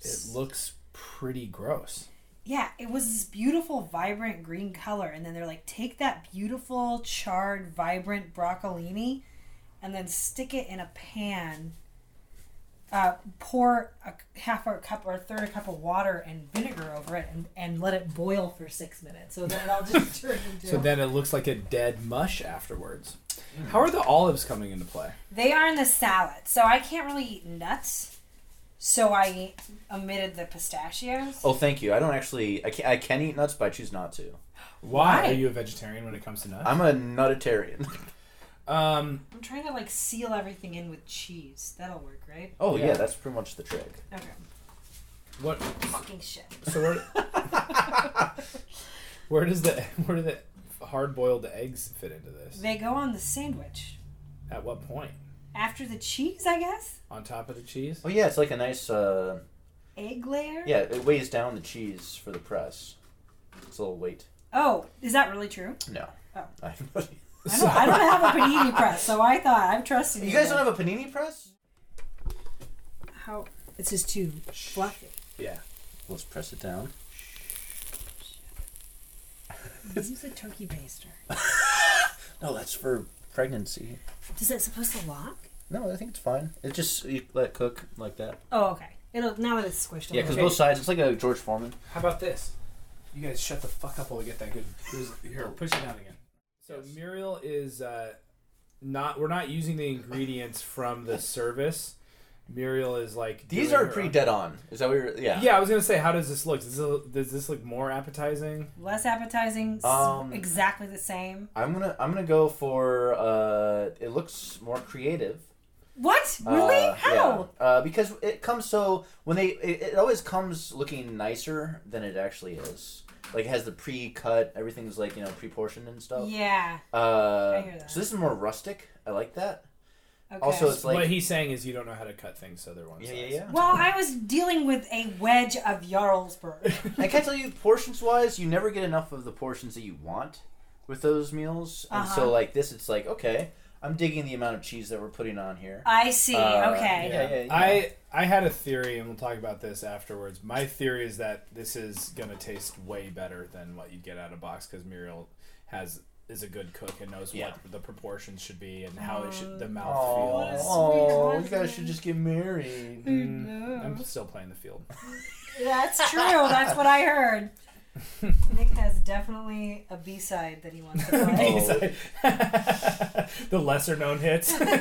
C: It looks pretty gross.
B: yeah, it was this beautiful, vibrant green color, and then they're like, take that beautiful, charred, vibrant broccolini, and then stick it in a pan. Uh, pour a c- half or a cup or a third a cup of water and vinegar over it, and, and let it boil for six minutes. So then it all
F: *laughs*
B: just turned into.
C: So then it looks like a dead mush afterwards.
F: Hmm.
C: How are the olives coming into play?
B: They are in the salad, so I can't really eat nuts. So I omitted the pistachios.
F: *laughs* Oh, thank you. I don't actually. I can, I can eat nuts, but I choose not to.
C: Why,
B: Why?
C: are you a vegetarian when it comes to nuts?
F: I'm a nutitarian. *laughs*
C: Um,
B: I'm trying to like seal everything in with cheese. That'll work, right?
F: Oh yeah,
C: Yeah.
F: that's pretty much the trick.
B: Okay.
C: what?
B: Fucking shit.
C: So where? where does the where do the hard boiled eggs fit into this?
B: They go on the sandwich
C: At what point?
B: after the cheese, I guess.
C: On top of the cheese?
F: Oh yeah, it's like a nice. Uh,
B: Egg layer.
F: yeah, it weighs down the cheese for the press. It's a little weight.
B: Oh, is that really true?
F: No.
B: Oh.
F: *laughs* I have no idea.
B: I don't, I don't have a panini
F: *laughs*
B: press, so I thought I'm trusting you.
F: You guys don't have a panini press?
B: how? It's just too fluffy.
C: Yeah.
F: Let's press it down.
B: Use a turkey baster.
F: No, that's for pregnancy.
B: Is it supposed to lock?
F: No, I think it's fine. It just you let it cook like that.
B: Oh, okay. It'll now that it's squished.
F: Yeah,
B: it'll
F: because
B: work.
F: both sides. It's like a George Foreman.
C: How about this? You guys shut the fuck up while we get that good. Here, push it down again. So Muriel is uh, not. We're not using the ingredients from the service. Muriel is like
F: These
C: doing
F: are
C: her
F: pretty
C: own-
F: dead on. Is that what you're? Yeah.
C: Yeah, I was gonna say, how does this look? Does this, does this look more appetizing?
B: less appetizing. s-
F: Um,
B: exactly the same.
F: I'm gonna I'm gonna go for. Uh, it looks more creative.
B: What? Really?
F: Uh,
B: How?
F: yeah. Uh, because it comes so when they it, it always comes looking nicer than it actually is. Like it has the pre-cut, everything's like you know pre-portioned and
B: Yeah.
F: stuff. Uh,
B: I hear that.
F: So this is more rustic. I like that.
B: Okay.
F: Also, it's like
C: what he's saying is you don't know how to cut things, so they're one
F: yeah,
C: size.
F: yeah, yeah.
B: well, I was dealing with a wedge of Jarlsberg.
F: I can tell you, portions-wise, you never get enough of the portions that you want with those meals. And
B: Uh-huh.
F: so like this, it's like okay, I'm digging the amount of cheese that we're putting on here.
B: I see.
F: Uh,
B: okay.
F: Yeah, yeah, yeah.
C: I I had a theory, and we'll talk about this afterwards. My theory is that this is gonna taste way better than what you get out of box because Muriel has is a good cook and knows
F: Yeah.
C: what the proportions should be and how it should the mouth
F: Oh,
C: feels.
F: oh, you guys should just get married.
C: Mm, I'm
F: *laughs*
C: still playing the field. *laughs*
B: That's true. That's what I heard. Nick has definitely a B side that he wants
A: *laughs*
B: to play.
C: the lesser known hits. *laughs*
E: Two, one,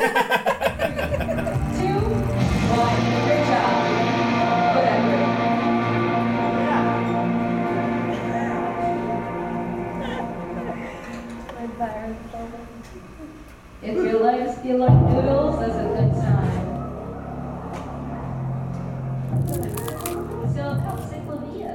E: great job. Whatever. If your legs feel like noodles, that's a good sign. So, how's it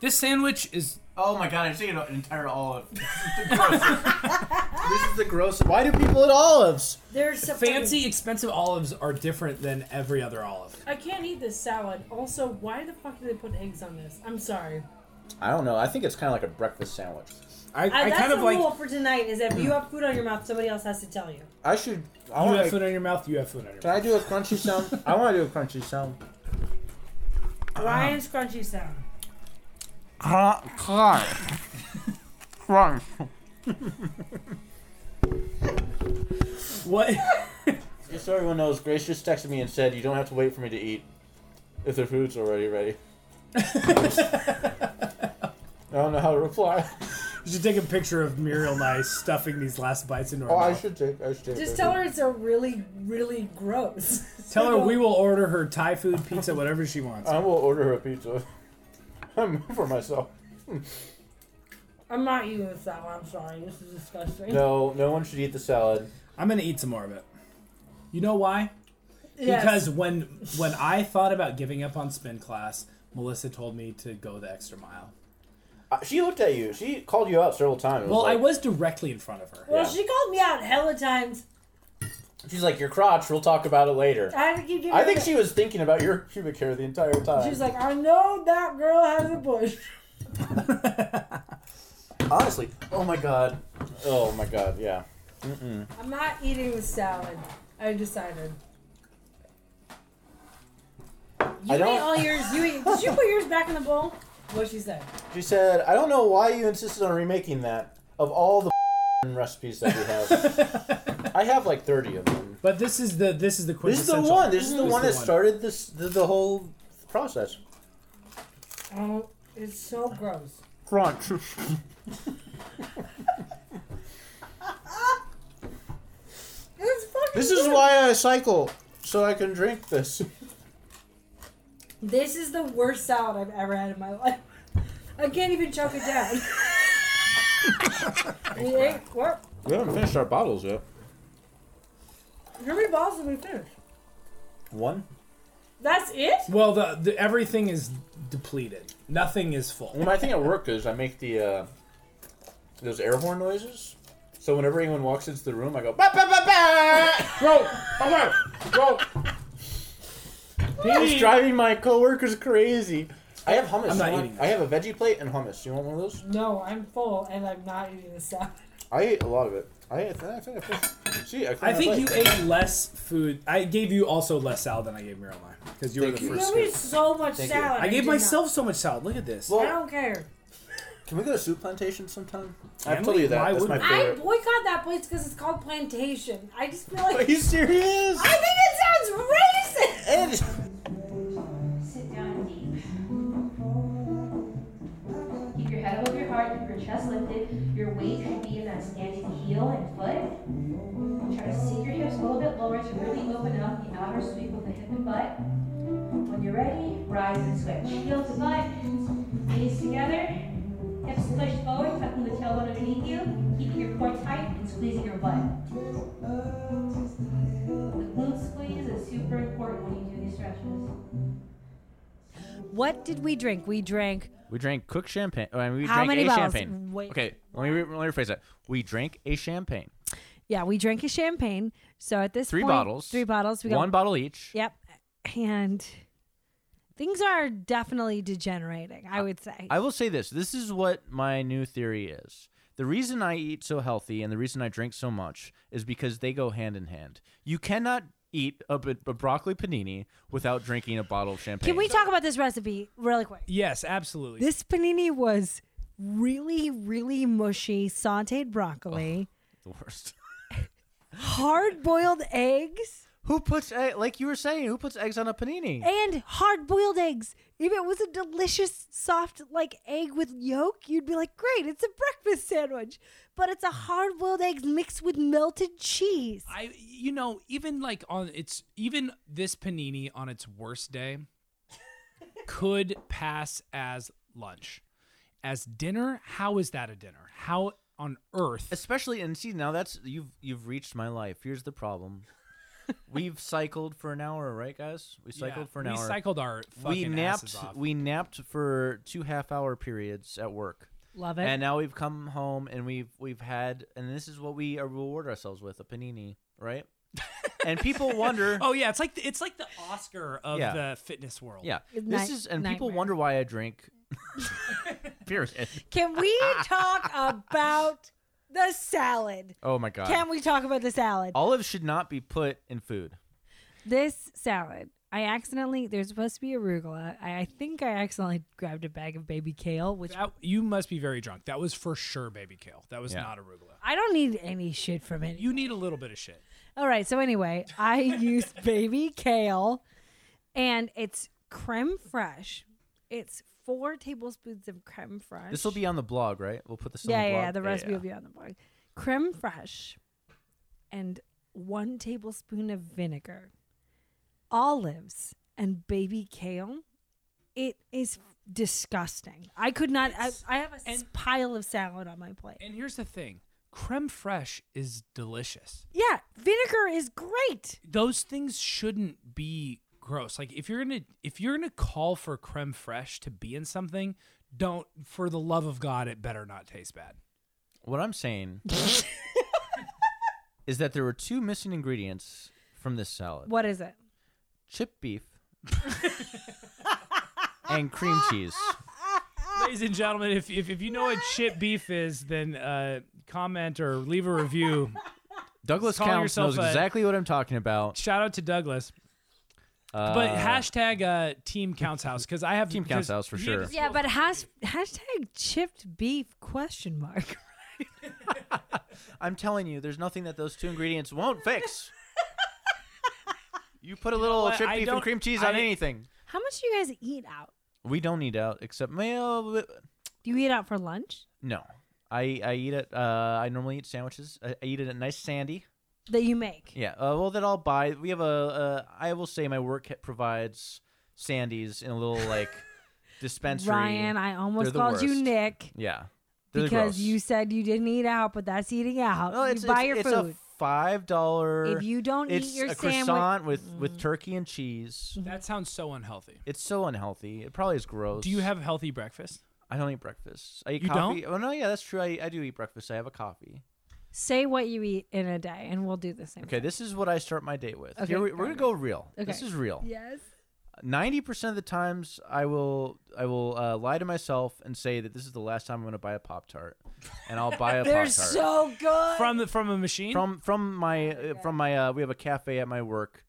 C: this sandwich is
F: Oh my god, I'm taking an entire olive. *laughs* this *laughs* is the grossest. Why do people eat olives?
A: There's some
C: fancy. Expensive olives are different than every other olive.
A: I can't eat this salad. Also, why the fuck do they put eggs on this? I'm sorry.
F: I don't know. I think it's kind of like a breakfast sandwich.
C: I,
A: I,
C: I,
A: that's
C: kind of
A: the
C: like. Hmm.
A: rule for tonight is if you have food on your mouth, somebody else has to tell you.
F: I should. I
C: You
F: want.
C: have
F: to
C: food on your mouth. You have food on your
F: Can
C: mouth.
F: I do a crunchy sound? I want to do a crunchy sound.
A: Ryan's crunchy sound.
C: *laughs* What? *laughs*
F: Just so everyone knows, Grace just texted me and said you don't have to wait for me to eat if the food's already *laughs* ready. I don't know how to reply.
C: You should take a picture of Muriel and I stuffing these last bites into our
F: Oh, I
C: mouth.
F: should take. I should take.
A: Just
F: I
A: tell
F: should.
A: her it's a really, really gross.
C: Tell her we will order her Thai food, pizza, whatever she wants.
F: I will order her a pizza. *laughs* I'm for myself.
A: *laughs* I'm not eating this salad. I'm sorry. This is disgusting.
F: No, no one should eat the salad.
C: I'm gonna eat some more of it. You know why?
A: Yes.
C: Because when when I thought about giving up on spin class, Melissa told me to go the extra mile.
F: Uh, She looked at you. She called you out several times.
C: Well, I
F: like-
C: was directly in front of her.
A: Well,
F: Yeah.
A: she called me out hella times.
F: She's like, your crotch. We'll talk about it later.
A: I had to keep giving
F: I
A: her
F: think
A: the-
F: she was thinking about your pubic hair the entire time.
A: She's like, I know that girl has a
I: *laughs*
A: bush.
F: honestly, oh my god, oh my god, yeah.
A: I'm not eating the salad. I decided.
F: I
A: You ate
F: don't- Oh.
A: all yours. You ate. Did you put yours back in the bowl?
J: What'd she say?
I: She said, I don't know why you insisted on remaking that of all the *laughs* recipes that we have. *laughs* I have like 30 of them.
D: But this is the this is the
I: This is the
D: quintessential.
I: one. This is the one that started this the, the whole process.
J: Oh, it's so gross.
I: Crunch. *laughs*
J: It's fucking.
I: This is why I cycle, so I can drink this.
J: This is the worst salad I've ever had in my life. I can't even choke it down. we ate what?
I: We haven't finished our bottles yet.
J: How many balls did we finish?
I: One?
J: That's it?
D: Well, the, the everything is depleted. Nothing is full.
I: Well, Oh my thing at work is I make the uh, those air horn noises. So whenever anyone walks into the room, I go ba ba ba ba. Go away. *laughs* Go. He's driving my coworkers crazy. I have hummus.
D: I'm not
I: You want-
D: eating this.
I: I have a veggie plate and hummus. You want one of those?
J: No, I'm full and I'm not eating the salad.
I: I ate a lot of it. I ate. I think I finished. See, I,
D: I think you ate less food. I gave you also less salad than I gave Miroline because you were the
I: Thank you.
J: You
D: first.
J: ate so much
I: Thank you.
J: salad.
D: I gave
J: did not.
D: myself so much salad. Look at this.
J: I
I: Well,
J: don't care.
I: can we go to soup plantation sometime?
D: Can
I: I've told
D: we?
I: you that.
D: Why
I: That's my
D: wouldn't
J: I
I: favorite.
J: boycott that place because it's called Plantation. I just feel
F: *laughs*
I: Are
J: like.
I: you serious?
J: *laughs* I think it sounds racist!
A: *laughs*
I: Ed.
E: Sit down deep. Keep your head above your heart, keep your chest lifted. Your weight should be in that standing heel and foot. Try to sink your hips a little bit lower to really open up the outer sweep of the hip and butt. When you're ready, rise and switch. Heel to butt, knees together, hips pushed forward, tucking the tailbone underneath you, keeping your core tight and squeezing your butt. The glute squeeze is super important when you do these stretches.
A: What did we drink? We drank
F: We drank cooked champagne. I mean, we
A: How
F: drank
A: many
F: a
A: bottles?
F: champagne.
A: Wait.
F: Okay, let me, re- let me rephrase that. We drank a champagne.
A: yeah, we drank a champagne. So at this
F: Three
A: point,
F: bottles.
A: three bottles. We got
F: One bottle each.
A: Yep, and things are definitely degenerating. I would say.
F: I will say this. This is what my new theory is. The reason I eat so healthy and the reason I drink so much is because they go hand in hand. You cannot eat a, b- a broccoli panini without drinking a bottle of champagne.
A: Can we talk about this recipe really quick?
C: Yes, absolutely.
A: This panini was really, really mushy sauteed broccoli,
F: the worst? *laughs*
A: hard boiled eggs,
F: who puts egg, like you were saying? Who puts eggs on a panini?
A: and hard boiled eggs. If it was a delicious, soft, like egg with yolk, you'd be like, great, it's a breakfast sandwich. But it's a hard boiled egg mixed with melted cheese.
C: I you know even like on it's even this panini on its worst day could pass as lunch. As dinner, how is that a dinner? How on earth?
F: Especially and see now that's you've you've reached my life. Here's
C: *laughs*
F: the problem. We've cycled for an hour, right, guys? We cycled
C: Yeah,
F: for
C: we
F: an hour.
C: cycled our
F: we
C: fucking
F: napped.
C: asses off.
F: We napped for two half hour periods at work.
A: Love it.
F: And now we've come home and we've we've had and this is what we uh, reward ourselves with a panini,
C: *laughs*
F: right? and people wonder,
C: Oh yeah, it's like the, it's like the Oscar of
F: Yeah.
C: the fitness world.
F: yeah,
A: It's
F: this
A: night-
F: is and people
A: nightmare.
F: wonder why
A: *laughs*
F: I drink. Period.
A: Can we talk about the salad?
F: Oh my god.
A: Can we talk about the salad?
F: Olives should not be put in food.
A: This salad, I accidentally, there's supposed to be arugula. I, I think I accidentally grabbed a bag of baby kale, which
C: That, you must be very drunk. That was for sure baby kale. That was
F: Yeah.
C: not arugula.
A: I don't need any shit from it.
C: You need a little bit of shit.
A: All right. So, anyway, I *laughs* used baby kale and it's creme fraiche. It's four tablespoons of creme fraiche.
F: This will be on the blog, right? We'll put this on
A: yeah,
F: the
A: yeah,
F: blog.
A: yeah. The recipe will be on the blog. Creme fraiche and one tablespoon of vinegar, olives, and baby kale. It is disgusting. I could not. I, I have a s- pile of salad on my plate.
C: And here's the thing. Creme fraiche is delicious.
A: yeah, vinegar is great.
C: those things shouldn't be gross. Like if you're gonna if you're gonna call for creme fraiche to be in something, don't for the love of God, it better not taste bad.
F: What I'm saying is that there were two missing ingredients from this salad:
A: What is it?
F: chip beef and cream cheese.
C: Ladies and gentlemen, if if, if you know what chip beef is, then uh, comment or leave a review.
F: Douglas
C: Calling
F: Counts knows
C: yourself a-
F: exactly what I'm talking about. Uh,
C: Shout out to Douglas. but hashtag uh, Team Counts House because I have
F: Team Counts House for sure.
A: Yeah, but has, hashtag chipped beef question mark. *laughs*
F: I'm telling you, there's nothing that those two ingredients won't fix. you put a little
A: what?
F: chipped
A: I
F: beef and
A: don't-
F: cream cheese on
A: I-
F: anything.
A: How much do you guys eat out?
F: We don't eat out except well,
A: Do you eat out for lunch?
F: no. I, I eat it. Uh, I normally eat sandwiches. I, I eat it at nice Sandy.
A: That you make.
F: Yeah. Uh, well, that I'll buy. We have a. Uh, I will say my work ha- provides Sandy's in a little
A: *laughs*
F: like dispensary.
A: Ryan, I
F: They're
A: almost
F: the
A: called you
F: worst.
A: Nick
F: Yeah. They're
A: because
F: gross.
A: you said you didn't eat out, but that's eating out.
F: Well, it's,
A: you buy
F: it's,
A: your
F: it's
A: food.
F: a five dollar.
A: If you don't eat
F: it's
A: your
F: a
A: sandwich- mm-hmm.
F: croissant with with turkey and cheese.
C: That sounds so unhealthy.
F: It's so unhealthy. It probably is gross.
C: Do you have healthy breakfast?
F: I don't eat breakfast. I eat
C: You
F: coffee. Oh no, yeah, that's true. I, I do eat breakfast. I have a coffee.
A: Say what you eat in a day, and we'll do the *laughs* same.
F: Okay, this is what I start my day with.
A: Okay,
F: Here we,
A: fair
F: we're gonna
A: enough.
F: go real.
A: Okay.
F: This is real.
A: Yes.
F: Ninety percent of the times, I will I will uh, lie to myself and say that this is the last time I'm gonna buy a pop tart, and
A: *laughs*
F: I'll buy a pop
A: They're
F: tart.
A: so good.
C: From the from a machine.
F: from from my uh, from my uh, we have a cafe at my work.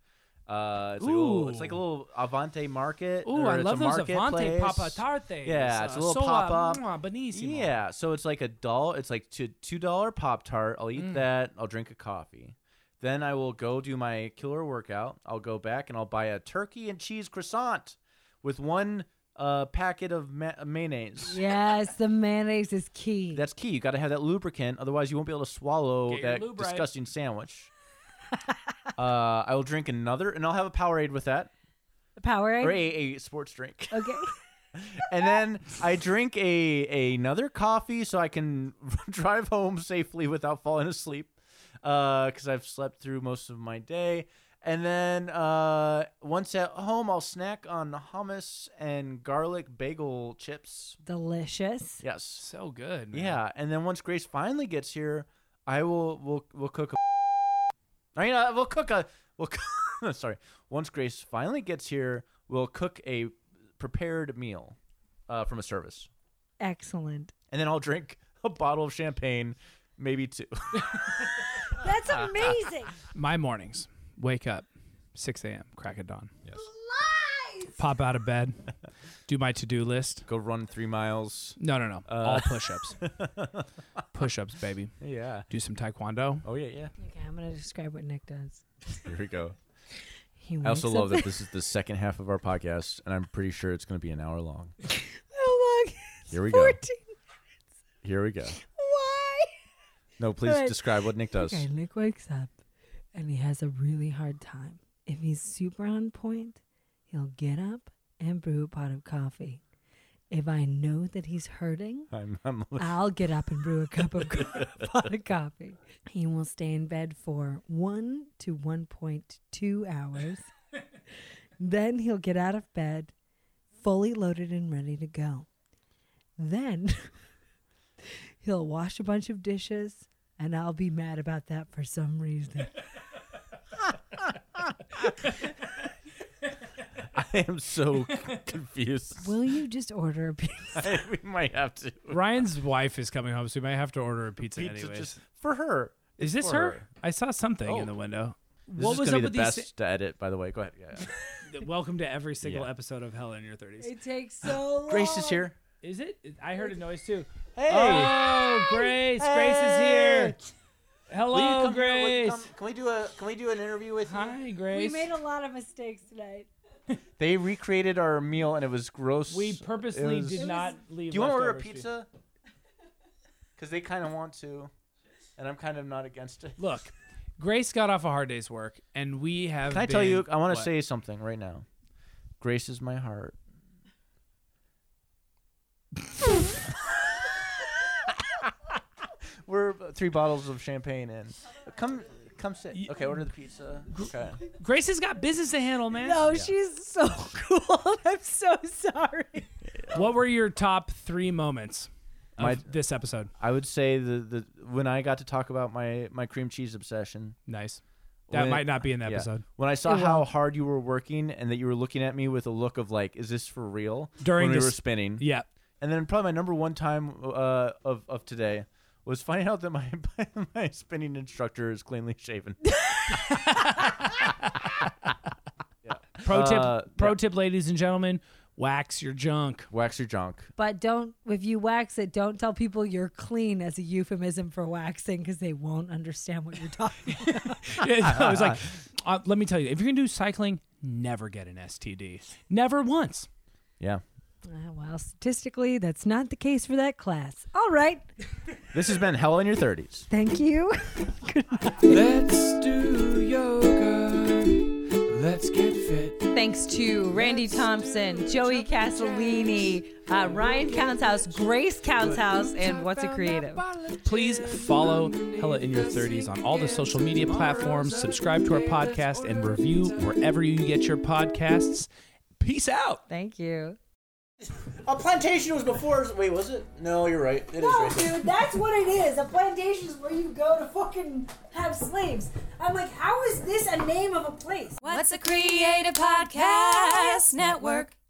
F: Uh, it's, like a little, it's like a little Avante market.
C: Ooh,
F: or
C: I
F: it's
C: love
F: a
C: those Avante
F: marketplace.
C: Papa Tartes.
F: Yeah, it's
C: Uh,
F: a little
C: sola,
F: pop up.
C: mwah, benissimo.
F: Yeah, so it's like a doll. It's like two two dollar pop tart. I'll eat
C: Mm.
F: that. I'll drink a coffee. Then I will go do my killer workout. I'll go back and I'll buy a turkey and cheese croissant with one uh, packet of ma- mayonnaise.
A: Yes, the mayonnaise is key.
F: That's key. You got to have that lubricant, otherwise you won't be able to swallow
C: Get your
F: that
C: lube right.
F: disgusting sandwich.
C: *laughs*
F: uh, I will drink another, and I'll have a Powerade with that,
A: Powerade.
F: or a, a sports drink.
A: *laughs* Okay.
F: *laughs* and then I drink a, another coffee so I can *laughs* drive home safely without falling asleep because I've slept through most of my day. And then uh, once at home, I'll snack on hummus and garlic bagel chips.
A: Delicious.
F: Yes.
C: So good. man.
F: Yeah, and then once Grace finally gets here, I will we'll we'll cook. A, *laughs* I mean, uh, we'll cook a we'll. *laughs* cook- sorry. Once Grace finally gets here, we'll cook a prepared meal uh, from a service,
A: Excellent.
F: and then I'll drink *laughs* a bottle of champagne, maybe two. *laughs*
A: That's *laughs* amazing.
C: My mornings. Wake up, 6 a.m. Crack of dawn. Yes. Lies. Pop out of *laughs* bed. do my to-do list.
F: Go run three miles.
C: No, no, no.
F: Uh,
C: All *laughs* push-ups. push-ups, baby.
F: Yeah.
C: Do some taekwondo.
F: Oh yeah, yeah.
A: okay, I'm gonna describe what Nick does.
F: Here we go.
A: He
F: I also
A: wakes up
F: love that this is the second half of our podcast, and I'm pretty sure it's going to be an hour long.
A: How long?
F: Here we go.
A: 14.
F: Here we go.
A: *laughs* Why?
F: No, please
A: Alright.
F: describe what Nick does.
A: Okay, Nick wakes up and he has a really hard time. If he's super on point, he'll get up and brew a pot of coffee. If I know that he's hurting,
F: I'm, *laughs* I'm
A: I'll get up and brew a cup of *laughs* co- pot of coffee. He will stay in bed for one to one point two *laughs* hours. then he'll get out of bed, fully loaded and ready to go. Then *laughs* he'll wash a bunch of dishes, and I'll be mad about that for some *laughs* reason.
F: I am *laughs* so c- confused. *laughs*
A: will you just order a pizza?
F: we might have to
C: Ryan's wife is coming home, so we might have to order a pizza,
F: pizza
C: anyways.
F: just for her.
C: is
F: It's
C: this
F: for
C: her? I saw something
F: Oh.
C: in the window.
F: This
C: what
F: is
C: was
F: gonna
C: up
F: be
C: with
F: the
C: these?
F: best to edit, by the way. Go ahead. Yeah.
C: Welcome to every single
F: Yeah.
C: episode of Hell in Your Thirties.
A: It takes so long.
F: Grace is here.
C: Is it? I heard a noise too.
F: Hey.
C: Oh, Grace! Grace is here.
F: Will you
C: Hello,
F: come here? Will you
C: Grace.
F: come- can we do a Can we do an interview with you?
C: Hi, Grace.
A: We made a lot of mistakes tonight.
F: They recreated our meal and it was gross.
C: We purposely
F: It was-
C: did not leave.
F: Do you want to order a
C: leftovers to you.
F: pizza? Because they kind of want to, and I'm kind of not against it.
C: Look, Grace got off a hard day's work, and we have.
F: Can I tell you?
C: been-
F: I want to
C: what?
F: say something right now. Grace is my heart. *laughs* We're three bottles of champagne in. Come, come sit. Okay, order the pizza. Okay.
C: Grace has got business to handle, man.
A: No, Oh, she's so *laughs* cool. I'm so sorry.
C: What were your top three moments of
F: My-
C: this episode?
F: I would say the, the when I got to talk about my my cream cheese obsession.
C: Nice. That
F: when-
C: might not be in the
F: yeah.
C: episode.
F: When I saw
A: It
F: how
A: won't.
F: hard you were working and that you were looking at me with a look of like, "Is this for real?"
C: During
F: when we
C: this-
F: were spinning.
C: Yeah.
F: And then probably my number one time uh, of of today was finding out that my *laughs* my spinning instructor is cleanly shaven.
C: Pro tip,
F: Uh,
C: pro tip, ladies and gentlemen, wax your junk.
F: Wax your junk.
A: But don't, if you wax it, don't tell people you're clean as a euphemism for waxing because they won't understand what you're talking about.
C: Yeah, no, *laughs* I was like, uh, let me tell you, if you're gonna do cycling, never get an STD. Never once.
F: Yeah.
A: Uh, well, statistically, that's not the case for that class. All right.
F: This has been Hell in Your 30s.
A: Thank you.
D: Let's do yoga. Let's get fit.
A: Thanks to Randy Thompson, Joey Castellini, uh, Ryan Countshouse, Grace Countshouse, and What's a Creative.
C: Please follow Hella in Your 30s on all the social media platforms, subscribe to our podcast, and review wherever you get your podcasts. Peace out.
A: Thank you.
I: A plantation was before. Wait, was it? No, you're right. It is
B: No,
I: right.
B: dude, that's what it is. A plantation is where you go to fucking have slaves. I'm like, how is this a name of a place?
K: What's a creative podcast network?